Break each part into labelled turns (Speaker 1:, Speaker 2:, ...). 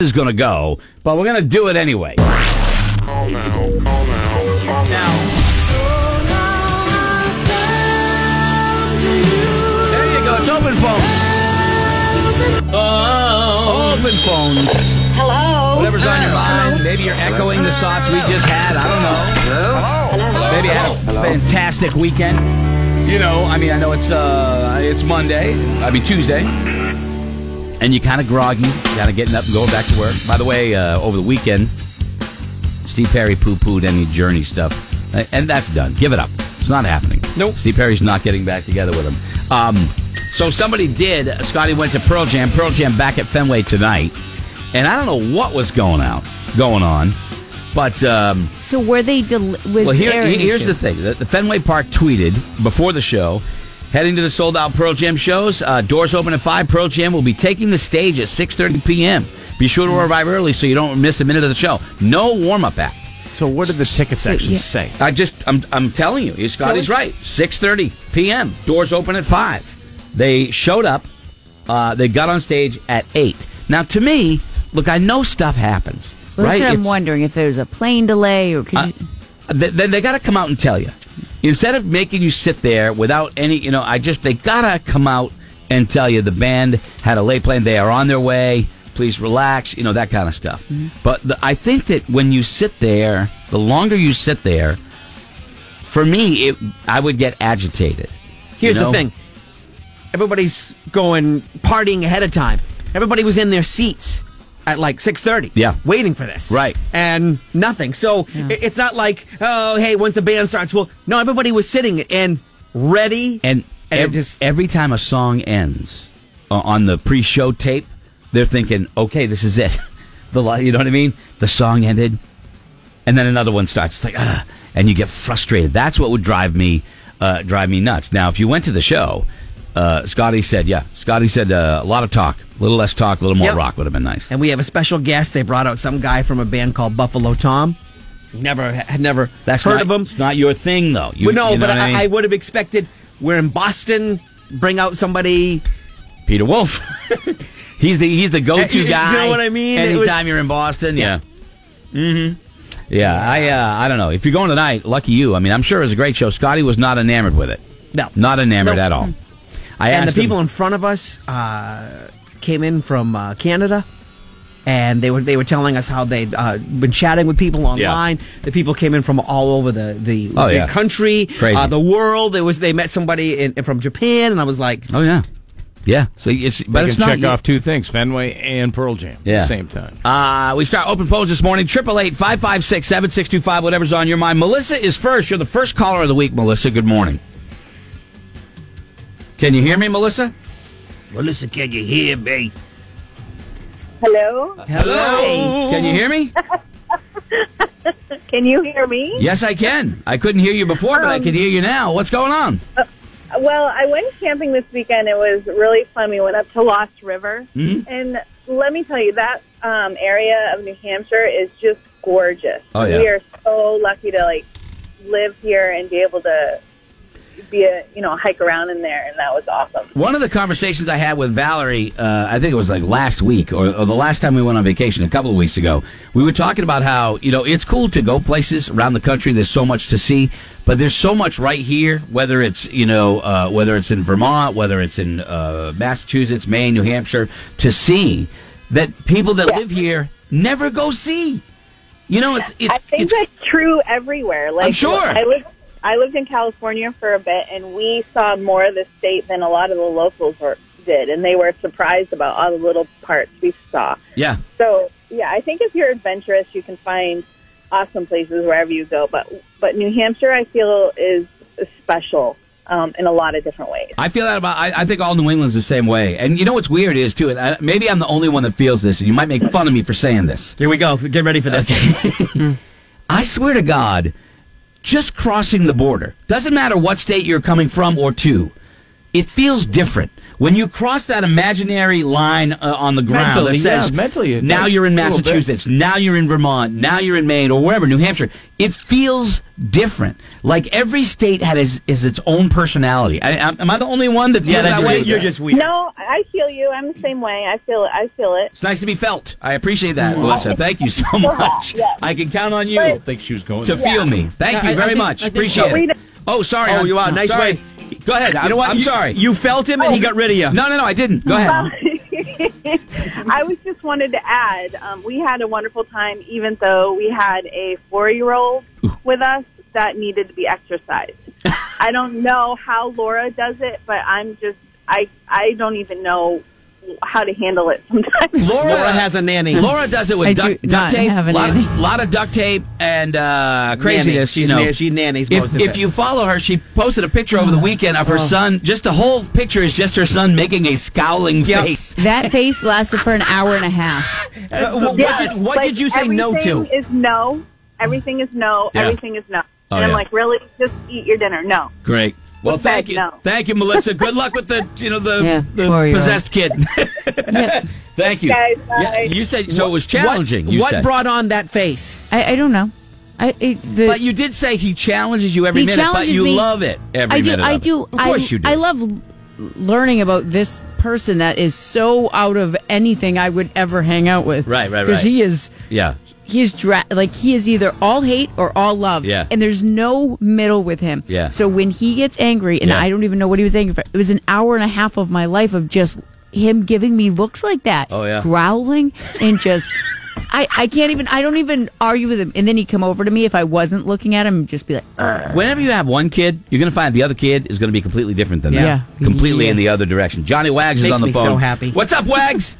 Speaker 1: is going to go, but we're going to do it anyway.
Speaker 2: Call now. Call now. Call now.
Speaker 1: There you go. It's open phones. Open phones.
Speaker 3: Hello.
Speaker 1: Whatever's on your mind. Maybe you're echoing the thoughts we just had. I don't know. Maybe I had a fantastic weekend. You know, I mean, I know it's uh, it's Monday. I mean Tuesday, and you're kind of groggy, kind of getting up and going back to work. By the way, uh, over the weekend, Steve Perry poo-pooed any Journey stuff, and that's done. Give it up. It's not happening.
Speaker 4: Nope.
Speaker 1: Steve Perry's not getting back together with him. Um, so somebody did. uh, Scotty went to Pearl Jam. Pearl Jam back at Fenway tonight, and I don't know what was going out, going on, but. Um,
Speaker 5: So were they? Del- was
Speaker 1: well, here-
Speaker 5: there an
Speaker 1: here- here's
Speaker 5: issue?
Speaker 1: the thing. The, the Fenway Park tweeted before the show, heading to the sold-out Pearl Jam shows. Uh, doors open at five. Pearl Jam will be taking the stage at 6:30 p.m. Be sure to
Speaker 5: Mm-hmm.
Speaker 1: arrive early so you don't miss a minute of the show. No warm-up act.
Speaker 4: So what did the tickets actually
Speaker 5: yeah.
Speaker 4: say?
Speaker 1: I just, I'm, I'm telling you, Scotty's right. 6:30 p.m. Doors open at five. They showed up. Uh, they got on stage at eight. Now, to me, look, I know stuff happens,
Speaker 5: Well,
Speaker 1: right?
Speaker 5: That's what I'm
Speaker 1: It's-
Speaker 5: wondering if there's a plane delay or could
Speaker 1: uh,
Speaker 5: you,
Speaker 1: th- then they got to come out and tell you instead of making you sit there without any you know i just they gotta come out and tell you the band had a late plane they are on their way please relax you know that kind of stuff but the, i think that when you sit there the longer you sit there for me it i would get agitated
Speaker 6: Here's
Speaker 1: you know?
Speaker 6: the thing. Everybody's going partying ahead of time. Everybody was in their seats at like 6:30.
Speaker 1: Yeah.
Speaker 6: Waiting for this.
Speaker 1: Right.
Speaker 6: And nothing. So i- it's not like, "Oh, hey, once the band starts, well, no, everybody was sitting and ready
Speaker 1: And,
Speaker 6: and it
Speaker 1: ev-
Speaker 6: just
Speaker 1: every time a song ends uh, on the pre-show tape, they're thinking, "Okay, this is it." The li- you know what I mean? The song ended, and then another one starts. It's like, ah, and you get frustrated. That's what would drive me uh, drive me nuts. Now, if you went to the show, uh, Scotty said, "Yeah." Scotty said uh, a lot of talk, a little less talk, a little more
Speaker 6: Yep.
Speaker 1: rock would have been nice.
Speaker 6: and we have a special guest. They brought out some guy from a band called Buffalo Tom. Never had never
Speaker 1: That's
Speaker 6: heard
Speaker 1: not,
Speaker 6: of him.
Speaker 1: It's not your thing, though. You,
Speaker 6: Well, no,
Speaker 1: you know
Speaker 6: but
Speaker 1: what
Speaker 6: I,
Speaker 1: mean?
Speaker 6: I would have expected we're in Boston, bring out somebody
Speaker 1: Peter Wolf. he's the he's the
Speaker 6: You
Speaker 1: go-to
Speaker 6: know
Speaker 1: guy.
Speaker 6: what I mean? It was-
Speaker 1: Anytime you're in Boston, yeah. Mm-hmm. Yeah, I uh, I don't know. If you're going tonight, lucky you. I mean, I'm sure it was a great show. Scotty was not enamored with it.
Speaker 6: No.
Speaker 1: Not enamored
Speaker 6: No.
Speaker 1: at all. I
Speaker 6: and the
Speaker 1: asked him-
Speaker 6: people in front of us uh, came in from uh, Canada, and they were they were telling us how they'd uh, been chatting with people online. The people came in from all over the the,
Speaker 1: Oh,
Speaker 6: the
Speaker 1: yeah.
Speaker 6: country,
Speaker 1: Crazy.
Speaker 6: Uh, the world. There was they met somebody in, from Japan, and I was like,
Speaker 1: Oh yeah, yeah. So it's but
Speaker 4: I
Speaker 1: it's
Speaker 4: can check
Speaker 1: not,
Speaker 4: off two things: Fenway and Pearl Jam at
Speaker 1: Yeah.
Speaker 4: the same time.
Speaker 1: Uh, we start open phones this morning. Triple eight five five six seven six two five. Whatever's on your mind. Melissa is first. You're the first caller of the week. Melissa, good morning. Can you hear me, Melissa?
Speaker 6: Melissa, can you hear me?
Speaker 7: Hello?
Speaker 1: Hello. Can you hear me?
Speaker 7: Can you hear me?
Speaker 1: Yes, I can. I couldn't hear you before, but I can hear you now. What's going on?
Speaker 7: Well, I went camping this weekend. It was really fun. We went up to Lost River.
Speaker 1: Mm-hmm.
Speaker 7: And let me tell you, that um, area of New Hampshire is just gorgeous.
Speaker 1: Oh, yeah.
Speaker 7: We are so lucky to, like, live here and be able to be a, you know, hike around in there. And that was awesome.
Speaker 1: One of the conversations I had with Valerie, uh, I think it was like last week or, or the last time we went on vacation, a couple of weeks ago, we were talking about how, you know, it's cool to go places around the country. There's so much to see, but there's so much right here, whether it's, you know, uh, whether it's in Vermont, whether it's in uh, Massachusetts, Maine, New Hampshire, to see that people that live here never go see. You know, it's, it's,
Speaker 7: I think
Speaker 1: it's
Speaker 7: that's true everywhere. Like
Speaker 1: sure.
Speaker 7: I lived I lived in California for a bit, and we saw more of the state than a lot of the locals were, did, and they were surprised about all the little parts we saw.
Speaker 1: yeah.
Speaker 7: So yeah, I think if you're adventurous, you can find awesome places wherever you go. But but New Hampshire, I feel, is special um, in a lot of different ways.
Speaker 1: I feel that about. I, I think all New England's the same way. And you know what's weird is too. And I, maybe I'm the only one that feels this, and you might make fun of me for saying this.
Speaker 6: Here we go. Get ready for this.
Speaker 1: I swear to God, just crossing the border doesn't matter what state you're coming from or to. it feels different when you cross that imaginary line uh, on the ground
Speaker 4: Mentally,
Speaker 1: that says
Speaker 4: yeah, mentally it
Speaker 1: now
Speaker 4: does
Speaker 1: you're in
Speaker 4: a little bit.
Speaker 1: Massachusetts, now you're in Vermont, now you're in Maine or wherever, New Hampshire. It feels different. Like every state had is, is its own personality. I, am am I the only one that feels that
Speaker 6: that
Speaker 1: way?
Speaker 6: way, you're just weird.
Speaker 7: No, I feel you. I'm the same way. I feel it. I feel it.
Speaker 1: It's nice to be felt. I appreciate that,
Speaker 6: Mm.
Speaker 1: Melissa. Thank you so much.
Speaker 7: Yeah.
Speaker 1: I can count on you
Speaker 4: I think she was going
Speaker 1: to
Speaker 4: there.
Speaker 1: feel me. Thank
Speaker 6: Yeah, I-
Speaker 1: you
Speaker 6: I
Speaker 1: very
Speaker 6: think-
Speaker 1: much.
Speaker 6: I think
Speaker 1: appreciate
Speaker 6: so.
Speaker 1: it. Oh, sorry.
Speaker 6: Oh,
Speaker 1: I'm-
Speaker 6: you are. Nice
Speaker 1: sorry.
Speaker 6: way.
Speaker 1: Go ahead. I'm,
Speaker 6: you Oh. know what?
Speaker 1: I'm
Speaker 6: You-
Speaker 1: sorry.
Speaker 6: You felt him, and he got rid of you.
Speaker 1: No, no, no. I didn't. Go ahead.
Speaker 7: I was just wanted to add, um, we had a wonderful time, even though we had a four-year-old with us that needed to be exercised. I don't know how Laura does it, but I'm just I I don't even know how to handle it sometimes.
Speaker 1: Laura,
Speaker 6: Laura has a nanny.
Speaker 1: Laura does it with
Speaker 5: I
Speaker 1: duct,
Speaker 5: do
Speaker 1: duct
Speaker 5: not
Speaker 1: tape.
Speaker 5: have a
Speaker 1: lot,
Speaker 5: nanny.
Speaker 1: lot of duct tape and uh, craziness.
Speaker 6: She's
Speaker 1: you know.
Speaker 6: na- she nannies
Speaker 1: If,
Speaker 6: most of
Speaker 1: if
Speaker 6: it.
Speaker 1: you follow her, she posted a picture over the
Speaker 5: Oh.
Speaker 1: weekend of her son. Just the whole picture is just her son making a scowling
Speaker 6: Yep.
Speaker 1: face.
Speaker 5: That face lasted for an hour and a half.
Speaker 6: Uh, what
Speaker 7: Yes,
Speaker 6: did, what
Speaker 7: like,
Speaker 6: did you say no to?
Speaker 7: everything Is no. Everything is no.
Speaker 1: Yeah.
Speaker 7: Everything is no.
Speaker 1: Oh,
Speaker 7: and I'm
Speaker 1: yeah.
Speaker 7: like, really? Just eat your dinner. No.
Speaker 1: Great. Well,
Speaker 7: With that,
Speaker 1: thank you,
Speaker 7: no.
Speaker 1: thank you, Melissa. Good luck with the you know the,
Speaker 5: Yeah,
Speaker 1: the
Speaker 5: four-year-old.
Speaker 1: possessed kid. thank you.
Speaker 7: Guys,
Speaker 1: Yeah,
Speaker 7: bye.
Speaker 1: you said so. It was challenging.
Speaker 6: What,
Speaker 1: you
Speaker 6: what
Speaker 1: said.
Speaker 6: brought on that face?
Speaker 5: I, I don't know. I it, the,
Speaker 1: But you did say he challenges you every
Speaker 5: He
Speaker 1: minute, but
Speaker 5: challenges
Speaker 1: you
Speaker 5: me.
Speaker 1: love it every
Speaker 5: I do.
Speaker 1: minute.
Speaker 5: I
Speaker 1: of it.
Speaker 5: do.
Speaker 1: Of course
Speaker 5: I,
Speaker 1: you do.
Speaker 5: I love l- learning about this person that is so out of anything I would ever hang out with.
Speaker 1: Right, right,
Speaker 5: Because
Speaker 1: right.
Speaker 5: he is.
Speaker 1: Yeah.
Speaker 5: He is dra- like he is either all hate or all love.
Speaker 1: Yeah.
Speaker 5: And there's no middle with him.
Speaker 1: Yeah.
Speaker 5: So when he gets angry, and
Speaker 1: Yeah.
Speaker 5: I don't even know what he was angry for, it was an hour and a half of my life of just him giving me looks like that.
Speaker 1: Oh, yeah.
Speaker 5: Growling and just. I, I can't even I don't even argue with him and then he'd come over to me if I wasn't looking at him and just be like
Speaker 1: Whenever you have one kid, you're going to find the other kid is going to be completely different than
Speaker 5: Yeah.
Speaker 1: that.
Speaker 5: Yeah.
Speaker 1: Completely in the
Speaker 5: Yes.
Speaker 1: other direction. Johnny Wags is
Speaker 6: Makes
Speaker 1: on the
Speaker 6: me
Speaker 1: phone.
Speaker 6: so happy.
Speaker 1: What's up, Wags?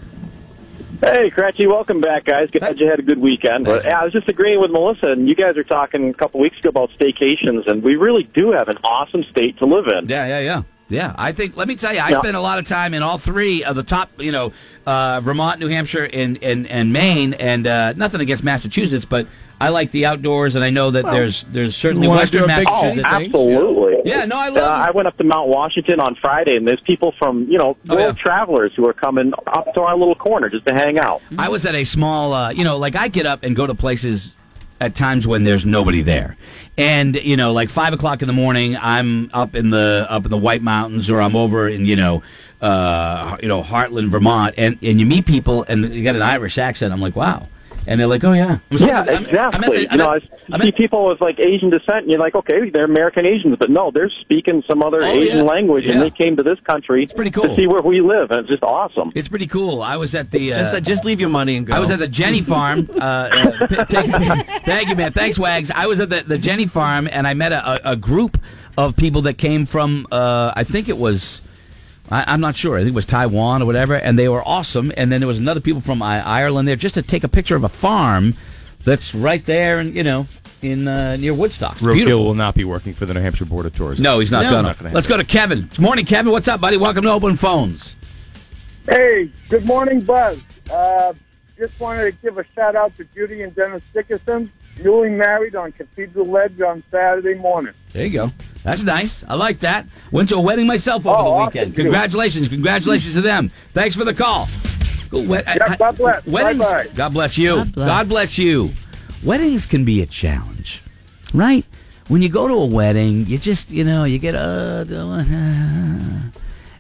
Speaker 3: Hey, Cratchy, welcome back, guys. Glad you had a good weekend. But yeah, I was just agreeing with Melissa, and you guys were talking a couple weeks ago about staycations, and we really do have an awesome state to live in.
Speaker 1: yeah, yeah, yeah. Yeah, I think. Let me tell you, I
Speaker 3: Yeah.
Speaker 1: spent a lot of time in all three of the top, you know, uh, Vermont, New Hampshire, and and, and Maine, and uh, nothing against Massachusetts, but I like the outdoors, and I know that there's there's certainly
Speaker 4: you wanna
Speaker 1: Western
Speaker 4: do a big
Speaker 3: Oh,
Speaker 1: Massachusetts.
Speaker 4: city thing?
Speaker 3: absolutely.
Speaker 1: Yeah, no, I love
Speaker 3: Uh,
Speaker 1: it.
Speaker 3: I went up to Mount Washington on Friday, and there's people from, you know,
Speaker 1: Oh,
Speaker 3: world
Speaker 1: yeah.
Speaker 3: travelers who are coming up to our little corner just to hang out.
Speaker 1: I was at a small, uh, you know, like I get up and go to places at times when there's nobody there, and you know, like five o'clock in the morning, I'm up in the up in the White Mountains, or I'm over in you know, uh, you know, Heartland, Vermont, and and you meet people, and you got an Irish accent. I'm like, wow, and they're like, oh yeah, I'm so-
Speaker 3: Yeah,
Speaker 1: I'm- I'm at
Speaker 3: exactly.
Speaker 1: the-
Speaker 3: you
Speaker 1: I'm
Speaker 3: know, I
Speaker 1: at- I'm
Speaker 3: see
Speaker 1: at-
Speaker 3: people with like Asian descent, and you're like, okay, they're American Asians, but no, they're speaking some other
Speaker 1: Oh,
Speaker 3: Asian
Speaker 1: yeah.
Speaker 3: language,
Speaker 1: Yeah.
Speaker 3: and they came to this country
Speaker 1: pretty cool.
Speaker 3: to see where we live, and it's just awesome.
Speaker 1: It's pretty cool. I was at the. Uh,
Speaker 6: Just, just leave your money and go.
Speaker 1: I was at the Jenny Farm. Uh, uh, p- take- thank you, man. Thanks, Wags. I was at the, the Jenny Farm, and I met a, a, a group of people that came from. Uh, I think it was. I, I'm not sure. I think it was Taiwan or whatever, and they were awesome. And then there was another people from I- Ireland there just to take a picture of a farm that's right there, and you know, in uh, near Woodstock. It's
Speaker 4: Roadkill
Speaker 1: Beautiful.
Speaker 4: will not be working for the New Hampshire Board of Tourism.
Speaker 1: No, he's not
Speaker 4: It's
Speaker 1: gonna.
Speaker 4: gonna
Speaker 1: Let's
Speaker 4: happen.
Speaker 1: go to Kevin. Good morning, Kevin. What's up, buddy? Welcome to Open Phones.
Speaker 8: Hey, good morning, Buzz. Uh, just wanted to give a shout out to Judy and Dennis Dickerson, newly married on Cathedral Ledge on Saturday morning.
Speaker 1: There you go. That's nice. I like that. Went to a wedding myself over
Speaker 8: Oh,
Speaker 1: the
Speaker 8: awesome,
Speaker 1: weekend.
Speaker 8: too.
Speaker 1: Congratulations. Congratulations to them. Thanks for the call. Go wed- I- I-
Speaker 8: God bless.
Speaker 1: Weddings.
Speaker 8: Bye-bye.
Speaker 1: God bless you.
Speaker 5: God bless.
Speaker 1: God bless you. Weddings can be a challenge, right? When you go to a wedding, you just, you know, you get, uh, don't-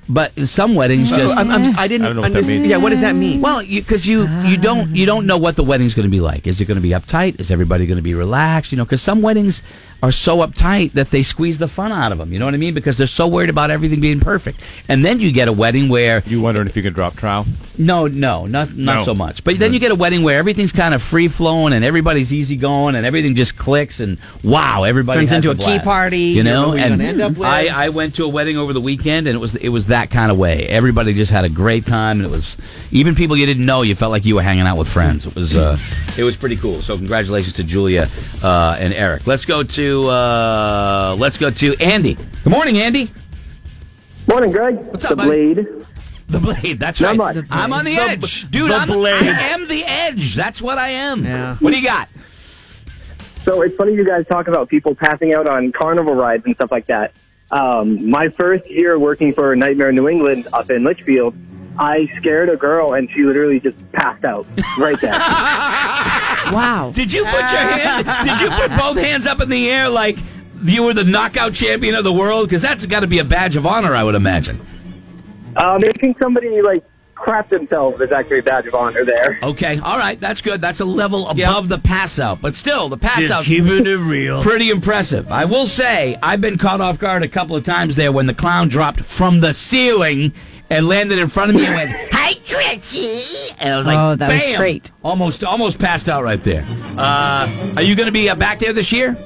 Speaker 1: but in some weddings just.
Speaker 6: I'm, I'm, I didn't
Speaker 4: I don't know what that
Speaker 6: understand.
Speaker 4: means.
Speaker 6: Yeah, what does that mean?
Speaker 1: Well, because you, you don't you don't know what the wedding's going to be like. Is it going to be uptight? Is everybody going to be relaxed? You know, because some weddings are so uptight that they squeeze the fun out of them. You know what I mean? Because they're so worried about everything being perfect. And then you get a wedding where
Speaker 4: You wondering if you could drop trial?
Speaker 1: no, no, not not
Speaker 4: No.
Speaker 1: so much. But then you get a wedding where everything's kind of free flowing and everybody's easy going and everything just clicks and wow, everybody
Speaker 6: Turns
Speaker 1: has
Speaker 6: into a
Speaker 1: blast.
Speaker 6: key party,
Speaker 1: You
Speaker 6: you don't know
Speaker 1: know,
Speaker 6: who you're
Speaker 1: and
Speaker 6: gonna end up with.
Speaker 1: I I went to a wedding over the weekend and it was it was that kind of way. Everybody just had a great time and it was even people you didn't know. You felt like you were hanging out with friends. It was uh, it was pretty cool. So congratulations to Julia uh, and Eric. Let's go to uh, let's go to Andy. Good morning, Andy.
Speaker 9: Morning, Greg.
Speaker 1: What's up,
Speaker 9: the
Speaker 1: buddy?
Speaker 9: blade.
Speaker 1: The blade. That's
Speaker 9: Not
Speaker 1: right.
Speaker 9: much. The
Speaker 1: I'm on the, edge, dude. I'm, I am the edge. That's what I am.
Speaker 6: Yeah.
Speaker 1: What do you got?
Speaker 9: So it's funny you guys talk about people passing out on carnival rides and stuff like that. Um, my first year working for Nightmare New England up in Litchfield, I scared a girl and she literally just passed out right there.
Speaker 5: Wow.
Speaker 1: Did you put your hand? Did you put both hands up in the air like you were the knockout champion of the world? Because that's got to be a badge of honor, I would imagine.
Speaker 9: Uh, making somebody like crap themselves is actually a badge of honor there.
Speaker 1: Okay, all right, that's good. That's a level above the pass out, but still, the pass out
Speaker 6: it real.
Speaker 1: pretty impressive. I will say, I've been caught off guard a couple of times there when the clown dropped from the ceiling and landed in front of me and went, "Hi, Quincy," and I was like,
Speaker 5: Oh, that was
Speaker 1: "Bam!"
Speaker 5: great.
Speaker 1: Almost, almost passed out right there. Uh, are you going to be uh, back there this year?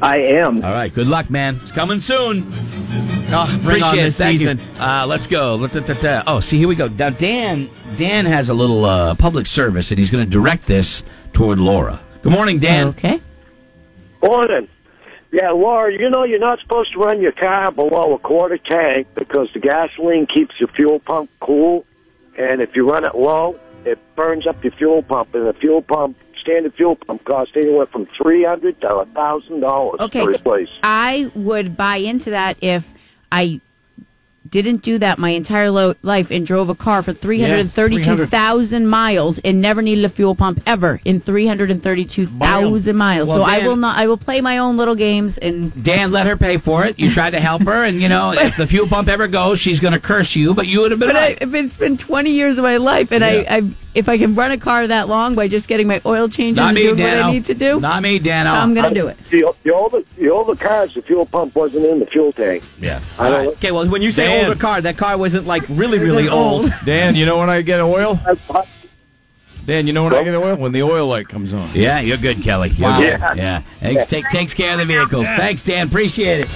Speaker 9: I am.
Speaker 1: All right, good luck, man. It's coming soon.
Speaker 6: bring on
Speaker 1: Appreciate it.
Speaker 6: this
Speaker 1: Thank
Speaker 6: season.
Speaker 1: You. Uh, let's go. Let- let- let- uh, Oh, see, here we go. Now, Dan, Dan has a little uh, public service, and he's going to direct this toward Laura. Good morning, Dan.
Speaker 5: Oh, Okay.
Speaker 10: Morning. Yeah, Laura, you know you're not supposed to run your car below a quarter tank because the gasoline keeps your fuel pump cool, and if you run it low, it burns up your fuel pump, and the fuel pump standard fuel pump costs anywhere from three hundred to a thousand dollars
Speaker 5: Okay.
Speaker 10: to replace.
Speaker 1: Uh,
Speaker 5: I would buy into that if I didn't do that my entire lo- life and drove a car for 332,000 miles and never needed a fuel pump ever in 332,000 miles.
Speaker 1: Well,
Speaker 5: so I
Speaker 1: Dan-
Speaker 5: will not I will play my own little games and
Speaker 1: Dan, let her pay for it. You tried to help her, and you know if the fuel pump ever goes, she's going to curse you. But you would have been.
Speaker 5: But I,
Speaker 1: right.
Speaker 5: if it's been 20 years of my life, and
Speaker 1: Yeah.
Speaker 5: I, I, if I can run a car that long by just getting my oil changes
Speaker 1: Not
Speaker 5: and
Speaker 1: me,
Speaker 5: doing what
Speaker 1: Dano.
Speaker 5: I need to do,
Speaker 1: Not me, Oh, Dano.
Speaker 5: so I'm going to do it.
Speaker 10: The, the older the older cars, the fuel pump wasn't in the fuel tank.
Speaker 1: Yeah.
Speaker 10: I don't.
Speaker 6: Okay, well, when you say
Speaker 4: Dan.
Speaker 6: older car, that car wasn't like really, really old.
Speaker 4: Dan, you know when I get oil?
Speaker 10: I-
Speaker 4: Dan, you know when I get oil? When the oil light comes on.
Speaker 1: Yeah, you're good, Kelly. You're
Speaker 6: Wow.
Speaker 1: good. Yeah. Thanks. Take, takes care of the vehicles. Thanks, Dan. Appreciate it.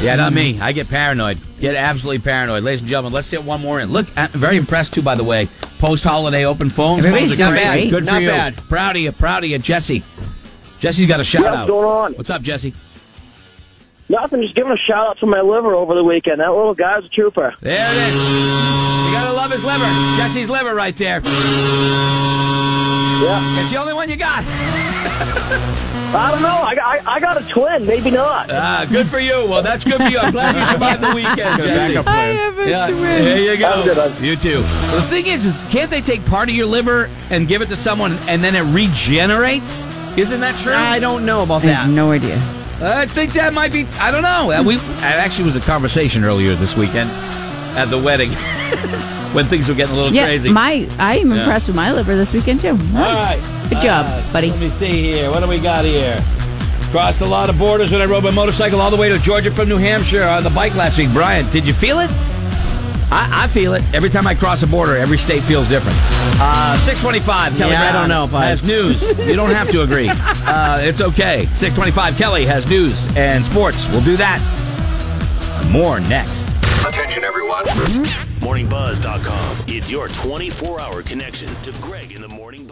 Speaker 1: Yeah,
Speaker 10: Mm.
Speaker 1: not me. I get paranoid. Get absolutely paranoid. Ladies and gentlemen, let's get one more in. Look, I'm very impressed, too, by the way. Post holiday open phones.
Speaker 5: Everybody's
Speaker 1: Phones are
Speaker 5: doing
Speaker 1: crazy.
Speaker 5: great.
Speaker 1: Good for
Speaker 6: Not
Speaker 1: you.
Speaker 6: bad.
Speaker 1: Proud of you. Proud of you, Jesse. Jesse's got a shout
Speaker 10: What's
Speaker 1: out.
Speaker 10: going on?
Speaker 1: What's up, Jesse?
Speaker 10: Nothing. Just giving a shout out to my liver over the weekend. That little guy's a trooper.
Speaker 1: There it is. You gotta love his liver. Jesse's liver right there.
Speaker 10: Yeah.
Speaker 1: It's the only one you got.
Speaker 10: I don't know. I, I, I got a twin. Maybe not.
Speaker 1: Ah, good for you. Well, that's good for you. I'm glad you survived the weekend, Jesse.
Speaker 4: Backup plan.
Speaker 1: Yeah, there you
Speaker 10: Have a good
Speaker 1: go.
Speaker 10: one.
Speaker 1: You too. The thing is, is can't they take part of your liver and give it to someone and then it regenerates? Isn't that true?
Speaker 6: I don't know about
Speaker 5: I have
Speaker 6: that.
Speaker 5: no idea.
Speaker 1: I think that might be. I don't know. Uh, We it actually was a conversation earlier this weekend at the wedding when things were getting a little
Speaker 5: Yeah,
Speaker 1: crazy.
Speaker 5: my, I am
Speaker 1: Yeah.
Speaker 5: impressed with my liver this weekend too.
Speaker 1: All right.
Speaker 5: Good job,
Speaker 1: so
Speaker 5: buddy.
Speaker 1: Let me see here. What do we got here? Crossed a lot of borders when I rode my motorcycle all the way to Georgia from New Hampshire on the bike last week. Brian, did you feel it? I, I feel it. Every time I cross a border, every state feels different. Uh, 625, Kelly
Speaker 6: Yeah, I don't
Speaker 1: Brown
Speaker 6: know if I-
Speaker 1: has news. you don't have to agree. Uh, it's okay. 625, Kelly has news and sports. We'll do that. More next.
Speaker 11: Attention, everyone. MorningBuzz.com. It's your 24 hour connection to Greg in the Morning